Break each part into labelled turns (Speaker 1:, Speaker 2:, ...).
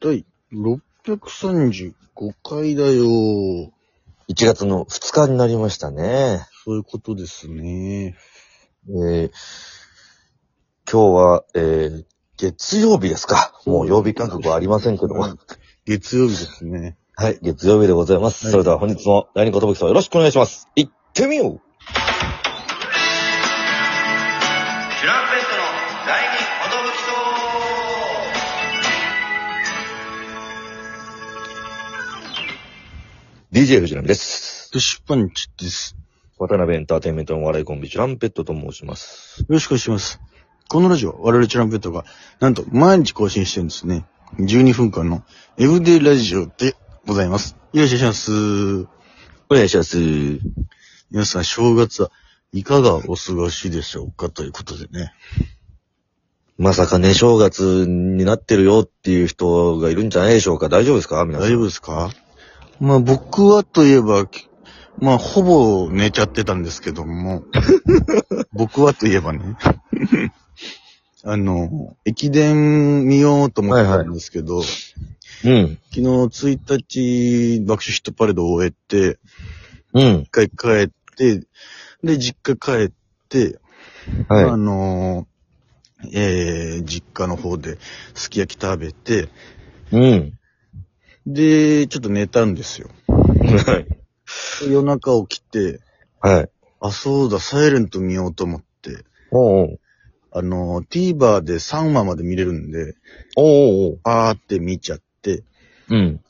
Speaker 1: 第635回だよ。
Speaker 2: 1月の2日になりましたね。
Speaker 1: そういうことですね。
Speaker 2: えー今日は、えー月曜日ですか。もう曜日感覚はありませんけども。
Speaker 1: はい月曜日ですね。
Speaker 2: はい、月曜日でございます。
Speaker 1: はい
Speaker 2: それでは本日の第二言武器さんよろしくお願いします。行ってみよう
Speaker 3: ジュランペストの第二音武器と
Speaker 2: !DJ 藤波です。
Speaker 1: で、出版地です。
Speaker 2: 渡辺エンターテインメントのお笑いコンビ、ジュランペットと申します。
Speaker 1: よろしくお願いします。このラジオ、我々チュランペットが、なんと毎日更新してるんですね。12分間のエブデイラジオでございます。よろしくお願いします。
Speaker 2: お願いします。
Speaker 1: 皆さん、正月はいかがお過ごしでしょうかということでね。
Speaker 2: まさかね、正月になってるよっていう人がいるんじゃないでしょうか。大丈夫ですか皆さん。
Speaker 1: 大丈夫ですかまあ僕はといえば、きまあほぼ寝ちゃってたんですけど も、僕はといえば ね、あの、駅伝見ようと思ってたんですけど、
Speaker 2: うん。
Speaker 1: 昨日1日爆笑ヒットパレードを終えて、
Speaker 2: うん。
Speaker 1: 一回帰って、で、実家帰って、あ
Speaker 2: は
Speaker 1: の、えー、実家の方ですき焼き食べて、
Speaker 2: い。うん。
Speaker 1: で、ちょっと寝たんですよ。
Speaker 2: はい。
Speaker 1: 夜中起きて、
Speaker 2: はい。
Speaker 1: あ、そうだ、サイレント見ようと思って。
Speaker 2: おうおう
Speaker 1: あの、TVer で3話まで見れるんで、
Speaker 2: おうおう
Speaker 1: あーって見ちゃって。
Speaker 2: うん。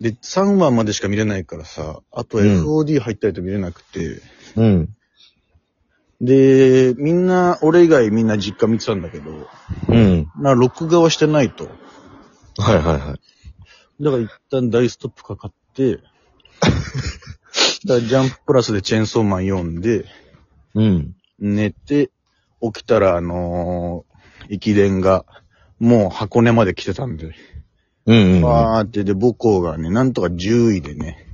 Speaker 1: で、3話までしか見れないからさ、あと
Speaker 2: うん
Speaker 1: FOD 入ったりと見れなくて。
Speaker 2: うん。
Speaker 1: で、みんな、俺以外みんな実家見てたんだけど、
Speaker 2: うん。
Speaker 1: な、録画はしてないと。
Speaker 2: はいはいはい。
Speaker 1: だから一旦大ストップかかって、だからジャンププラスでチェーンソーマン読んで、
Speaker 2: うん。
Speaker 1: 寝て、起きたら、あのー駅伝が、もう箱根まで来てたんで、
Speaker 2: うんうん。
Speaker 1: わーって、で、母校がね、なんとか10位でね、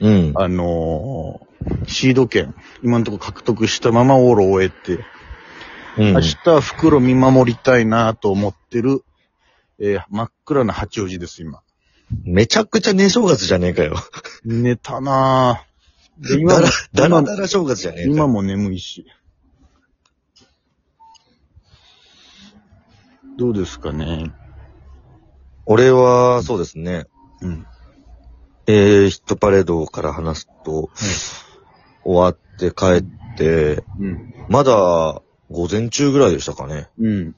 Speaker 2: うん。
Speaker 1: あのーシード権、今のところ獲得したままオールを終えて、
Speaker 2: うん
Speaker 1: 明日は袋見守りたいなと思ってる、えー真っ暗な八王子です、今。
Speaker 2: めちゃくちゃ寝正月じゃねえかよ。
Speaker 1: 寝たなぁ。で今
Speaker 2: だ
Speaker 1: も
Speaker 2: ら、だら
Speaker 1: 今
Speaker 2: だら正月じゃねえか
Speaker 1: 今
Speaker 2: よ。
Speaker 1: も眠いし。どうですかね。
Speaker 2: 俺は、そうですね。
Speaker 1: うん。
Speaker 2: えー、ヒットパレードから話すと、終わって帰って、
Speaker 1: うん。
Speaker 2: まだ午前中ぐらいでしたかね。
Speaker 1: うん。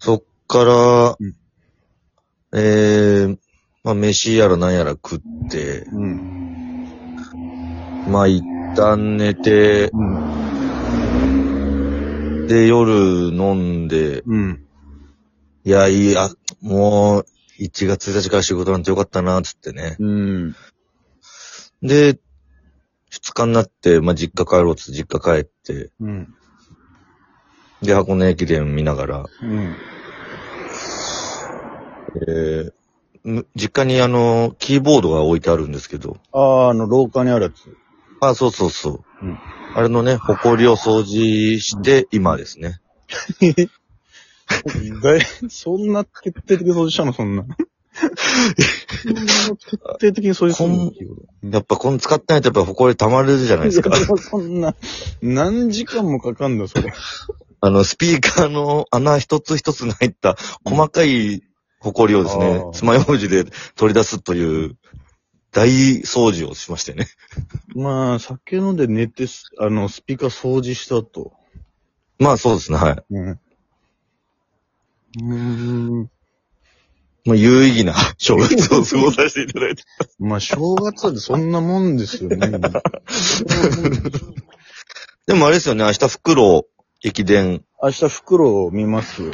Speaker 2: そっから、
Speaker 1: うん
Speaker 2: えー、まあ飯やらなんやら食って、
Speaker 1: うん。
Speaker 2: まあ一旦寝て、
Speaker 1: うん。
Speaker 2: で夜飲んで、
Speaker 1: うん。
Speaker 2: いや、いい、あ、もう、1月1日から仕事なんてよかったな、つってね。
Speaker 1: うん。
Speaker 2: で、2日になって、まあ、実家帰ろうっつって実家帰って、
Speaker 1: うん。
Speaker 2: で、箱根駅伝見ながら、
Speaker 1: うん。
Speaker 2: えー、む実家にあの、キーボードが置いてあるんですけど、
Speaker 1: ああ、あの、廊下にあるやつ。
Speaker 2: あ、そうそうそう。
Speaker 1: うん
Speaker 2: あれのね、埃を掃除して、今ですね。
Speaker 1: だい、 そんな徹底的に掃除したの、そんな。そんな徹底的に掃除するの
Speaker 2: やっぱこの使ってないとやっぱ埃溜まるじゃないで すか。
Speaker 1: いやそんな、何時間もかかんだ、それ。
Speaker 2: あの、スピーカーの穴一つ一つに入った細かい埃をですね
Speaker 1: あー、
Speaker 2: 爪楊枝で取り出すという大掃除をしましてね。
Speaker 1: まあ、酒飲んで寝てす、あの、スピーカー掃除したと。
Speaker 2: まあそうですね、はい。
Speaker 1: うん。うーん。
Speaker 2: まあ有意義な正月を過ごさせていただいて。
Speaker 1: まあ、正月はそんなもんですよ ね。
Speaker 2: でもあれですよね、明日袋駅伝
Speaker 1: 明日、袋を見ますよ。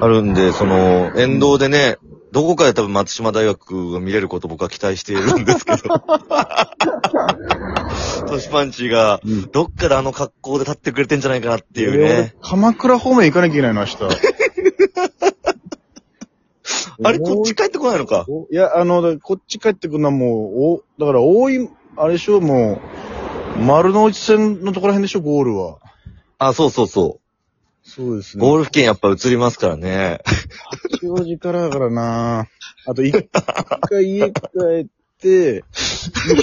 Speaker 2: あるんで、その、沿道でね、どこかで多分松島大学が見れることを僕は期待しているんで すけど。トシパンチが、
Speaker 1: うん
Speaker 2: どっかであの格好で立ってくれてんじゃないかなっていう
Speaker 1: えー
Speaker 2: ね
Speaker 1: 俺。鎌倉方面行かなきゃいけないの、明
Speaker 2: 。
Speaker 1: 日
Speaker 2: あれ、こっち帰ってこないのか。
Speaker 1: おいや、あの、だこっち帰ってくるのはもう、お、だから多い、あれでしょ、もう、丸の内線のところら辺でしょ、ゴールは。
Speaker 2: あ、そうそうそ
Speaker 1: そうです
Speaker 2: う。ゴー
Speaker 1: ね。
Speaker 2: ル付近やっぱ映りますからね。
Speaker 1: 八王子からだからなあと一一回家帰って、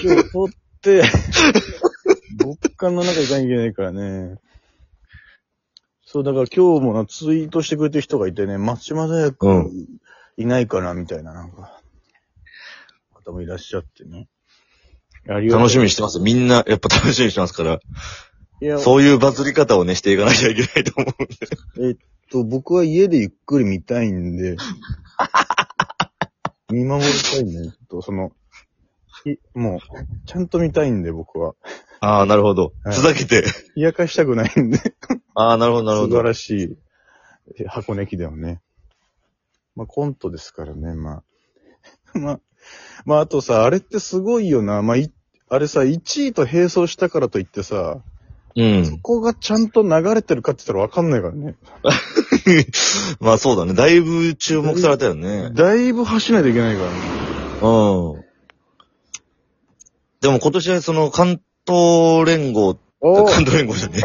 Speaker 1: 衣装取って、物館の中行かなきゃいけないからね。そう、だから今日もな、ツイートしてくれてる人がいてね、松島大学
Speaker 2: うん。
Speaker 1: いないかな、みたいな、なんか、方もいらっしゃってね。ありがとう
Speaker 2: 楽しみにしてます。みんな、やっぱ楽しみにしてますから、
Speaker 1: いや、
Speaker 2: そういうバズり方をね、していかなきゃいけないと 思うんで。
Speaker 1: えっと、僕は家でゆっくり見たいん で、見守りたいね。ちょっと、その、いもう、ちゃんと見たいんで、僕は。
Speaker 2: ああ、なるほど。
Speaker 1: はい
Speaker 2: ふざけて。
Speaker 1: 冷やかしたくないんで。
Speaker 2: ああ、なるほど、なるほ
Speaker 1: 素晴
Speaker 2: ど。
Speaker 1: らしい、箱根駅伝をね。まあ、コントですからね、まあ。 まあ、まあ、あとさ、あれってすごいよな。まあ、いあれさ、1位と並走したからといってさ、
Speaker 2: うん。
Speaker 1: ここがちゃんと流れてるかって言ったらわかんないからね。
Speaker 2: まあそうだね。だいぶ注目されたよね。
Speaker 1: だいぶ走らないといけないからね。
Speaker 2: うん。でも今年はその関東連合、
Speaker 1: お
Speaker 2: 関東連合じゃね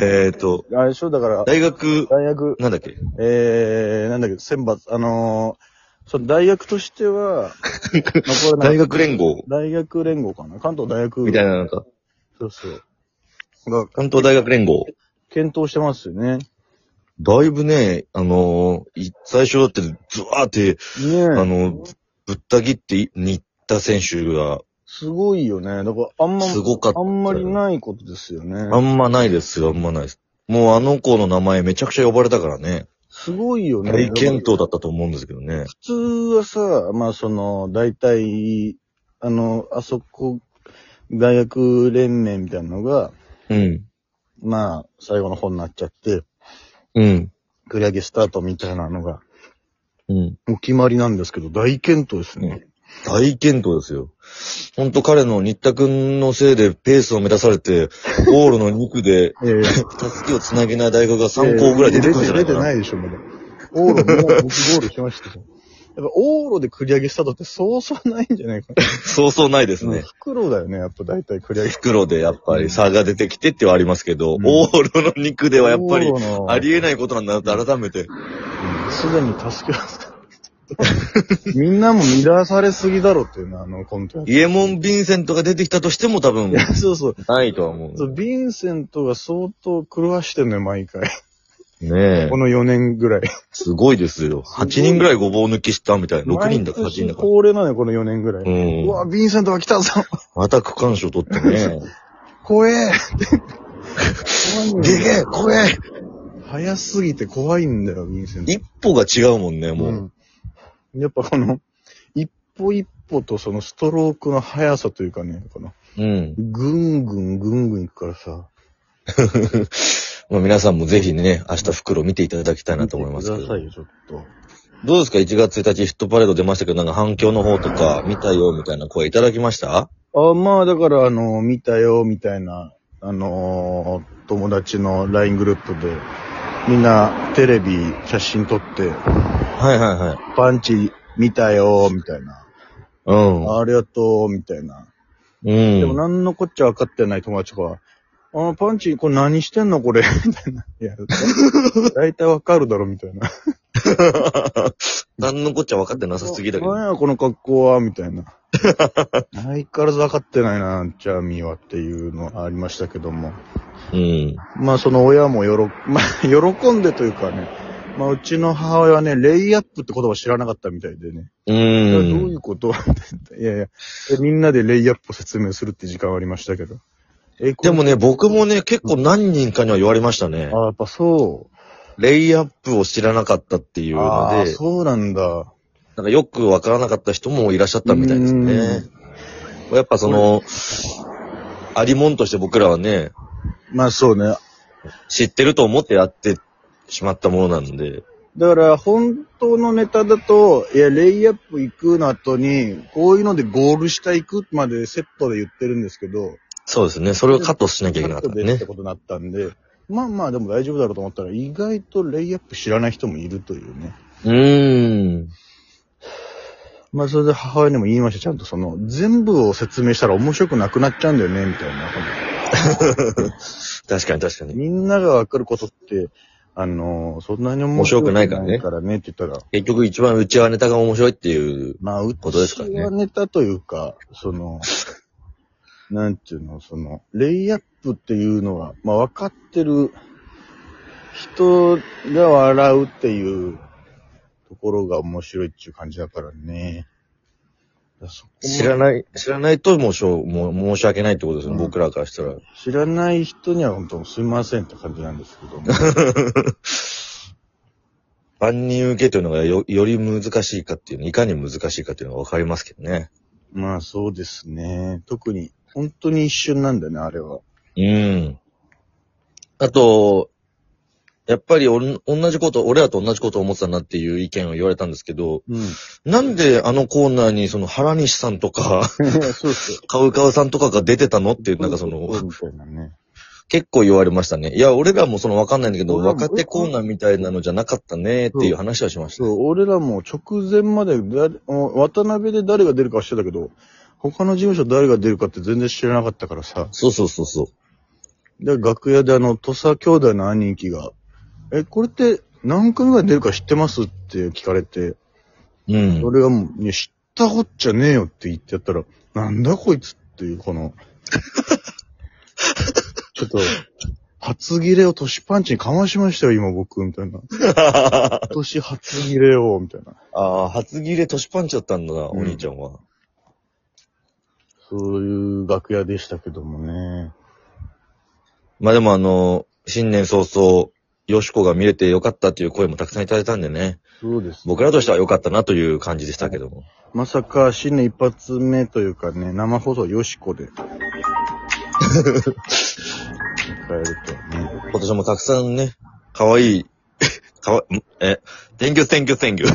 Speaker 2: え。えっと、
Speaker 1: あれでしょ、だから、
Speaker 2: 大学、
Speaker 1: 大学、
Speaker 2: なんだっけ
Speaker 1: えー、なんだっけ、選抜、あのー、その大学としては、残れない
Speaker 2: 大学連合
Speaker 1: 大学連合かな関東大学。
Speaker 2: みたいななんか、
Speaker 1: そうそう。が、
Speaker 2: 関東大学連合。
Speaker 1: 検討してますよね。
Speaker 2: だいぶね、あのーい最初だって、ずわーって、
Speaker 1: ね
Speaker 2: あ
Speaker 1: え。
Speaker 2: の、ぶった切って、新田選手が、、
Speaker 1: すごいよね。だから、あんます
Speaker 2: ごかった。
Speaker 1: あんまりないことですよね。
Speaker 2: あんまないですよ、あんまないです。もうあの子の名前めちゃくちゃ呼ばれたからね。
Speaker 1: すごいよね。
Speaker 2: 大健闘だったと思うんですけどね。
Speaker 1: 普通はさ、まあその、大体、あの、あそこ、大学連盟みたいなのが、
Speaker 2: うん。
Speaker 1: まあ、最後の方になっちゃって、
Speaker 2: うん。
Speaker 1: 繰り上げスタートみたいなのが、
Speaker 2: うん。
Speaker 1: お決まりなんですけど、大健闘ですね。
Speaker 2: 大健闘ですよ。ほんと彼の新田くんのせいでペースを目指されて、ゴールの2区で、
Speaker 1: ええ
Speaker 2: 助けをつなげない大学が3校ぐらい出てくるんじゃない
Speaker 1: 出
Speaker 2: か
Speaker 1: て
Speaker 2: な。
Speaker 1: ないでしょ、まだ。オーロ、もう僕ゴールしましたよ。 やっぱオーロで繰り上げスタートってそうそうないんじゃないかな。
Speaker 2: そうそうないですね。
Speaker 1: フクロウだよね、やっぱ大体繰り上げ。
Speaker 2: 袋でやっぱり差が出てきてってはありますけど、
Speaker 1: うん
Speaker 2: オーロの肉ではやっぱり
Speaker 1: オーロの
Speaker 2: ありえないことなんだなって改めて。
Speaker 1: すでに助けますかみんなも乱されすぎだろっていうのは、あのコントやって
Speaker 2: イエモン・ヴィンセントが出てきたとしても多分
Speaker 1: い、や、そうそう。
Speaker 2: ないとは思。
Speaker 1: そううヴィンセントが相当狂わしてんのよ、毎回。
Speaker 2: ねえ
Speaker 1: こ。の4年ぐらい。
Speaker 2: すごいですよ。8人ぐらいごぼう抜きしたみたいな。6人だか8
Speaker 1: 毎
Speaker 2: 人だ
Speaker 1: 年
Speaker 2: か。
Speaker 1: 恒例なのよ、この4年ぐらい。
Speaker 2: う。
Speaker 1: うんわ、ヴィンセントが来たぞ
Speaker 2: また区間賞取ってね。
Speaker 1: 怖え怖いんだよ
Speaker 2: でけえ怖え
Speaker 1: 早すぎて怖いんだよ、ヴィンセント。
Speaker 2: 一歩が違うもんね、もう。
Speaker 1: うんやっぱこの、一歩一歩とそのストロークの速さというかね、この、
Speaker 2: うん。
Speaker 1: ぐんぐんぐんぐんいくからさ。
Speaker 2: まあ皆さんもぜひね、明日袋見ていただきたいなと思います
Speaker 1: 見
Speaker 2: け
Speaker 1: てくだ
Speaker 2: ど
Speaker 1: さ。いよ、ちょっと。
Speaker 2: どうですか ?1 月1日ヒットパレード出ましたけど、なんか反響の方とか、見たよみたいな声いただきました
Speaker 1: あまあ、だから、あの、見たよ、みたいな、あのー友達の LINE グループで、みんなテレビ写真撮って、
Speaker 2: はいはいはい。
Speaker 1: パンチ見たよ、みたいな、
Speaker 2: うん。
Speaker 1: ありがとう、みたいな。
Speaker 2: う
Speaker 1: でも、
Speaker 2: ん。
Speaker 1: 何のこっちゃ分かってない友達が、あパンチ、これ何してんのこれ、 みたいな。いや、大体わかるだろ、みたいな。
Speaker 2: 何のこっちゃ分かってなさすぎだけど。
Speaker 1: 何や、この格好は、みた いな。相変わらず分かってないな、チャーミーはっていうのありましたけども。
Speaker 2: うん。
Speaker 1: まあその親もよろ、 まあ喜んでというかね、まあうちの母親はね、レイアップって言葉を知らなかったみたいでね。
Speaker 2: う
Speaker 1: いやどうい
Speaker 2: ん。
Speaker 1: うこといやいやえみんなでレイアップを説明するって時間はありましたけど。え、こ
Speaker 2: で
Speaker 1: れ
Speaker 2: もね、僕もね、結構何人かには言われましたね。
Speaker 1: あ、やっぱそ
Speaker 2: レイアップを知らなかったっていう
Speaker 1: う。
Speaker 2: の
Speaker 1: ああ、
Speaker 2: で、
Speaker 1: そうなんだ。
Speaker 2: なんかよく分からなかった人もいらっしゃったみたいですね。やっぱその、ありもんとして僕らはね、
Speaker 1: まあそうね。
Speaker 2: 知ってると思ってやってしまったものなんで。
Speaker 1: だから本当のネタだと、いや、レイアップ行くの後に、こういうのでゴール下行くまでセットで言ってるんですけど、
Speaker 2: そうですね。それをカットしなきゃいけなかった
Speaker 1: でっ
Speaker 2: ね
Speaker 1: て。ことになったんで、まあまあでも大丈夫だろうと思ったら、意外とレイアップ知らない人もいるというね。
Speaker 2: うーん。
Speaker 1: まあそれで母親にも言いました、ちゃんとその、全部を説明したら面白くなくなっちゃうんだよね、みたいな。
Speaker 2: 確かに確かに。
Speaker 1: みんながわかることって、あの、そんなに面
Speaker 2: 面白くないからね
Speaker 1: からねって言ったら、
Speaker 2: 結局一番うちはネタが面白いっていう。
Speaker 1: まあ、うち
Speaker 2: ことですからね
Speaker 1: はネタというか、その、 なんていうの、その、レイアップっていうのは、まあ、分かってる人が笑うっていうところが面白いっていう感じだからね。だからそこも
Speaker 2: 知らない、知らないともうしょう、もう申し訳ないってことですね、
Speaker 1: うん
Speaker 2: 僕らからしたら。
Speaker 1: 知らない人には本当すいませんって感じなんですけ ども。
Speaker 2: 万人受けというのがよ、より難しいかっていうね、いかに難しいかっていうのがわかりますけどね。
Speaker 1: まあそうですね。特に、本当に一瞬なんだよね、あれは。
Speaker 2: うん。あと、やっぱりおん同じこと、俺らと同じことを思ってたなっていう意見を言われたんですけど、
Speaker 1: うん。
Speaker 2: なんであのコーナーにその原西さんとか、
Speaker 1: そう そう。
Speaker 2: カウカウさんとかが出てたのっていう、なんかその、
Speaker 1: みたいなね。
Speaker 2: 結構言われましたね。いや、俺らもそのわかんないんだけど、
Speaker 1: 俺らも
Speaker 2: 若手コーナーみたいなのじゃなかったねっていう話はしました。
Speaker 1: そう、俺らも直前まで誰、渡辺で誰が出るかは知ってたけど、他の事務所誰が出るかって全然知らなかったからさ。
Speaker 2: そうそうそうそう。
Speaker 1: で、楽屋であの、土佐兄弟の兄貴が、え、これって何組が出るか知ってますって聞かれて、
Speaker 2: うん。
Speaker 1: 俺がもう、いや、知ったこっちゃねえよって言ってやったら、なんだこいつっていう、この、ちょっと、初切れを年パンチにかましましたよ、今僕、みたいな。
Speaker 2: あ
Speaker 1: 今年初切れを、みたいな。
Speaker 2: あ、初切れ年パンチだったんだな、
Speaker 1: うん
Speaker 2: お兄ちゃんは。
Speaker 1: そういう楽屋でしたけどもね。
Speaker 2: まあでもあの、新年早々、よしこが見れてよかったっていう声もたくさんいただいたんでね。
Speaker 1: そうです、
Speaker 2: 僕らとしては良かったなという感じでしたけども。
Speaker 1: まさか、新年一発目というかね、生放送よしこで。迎えるとはね。
Speaker 2: 今年もたくさんね、可愛いかわ、んえ、thank you, thank you, thank you.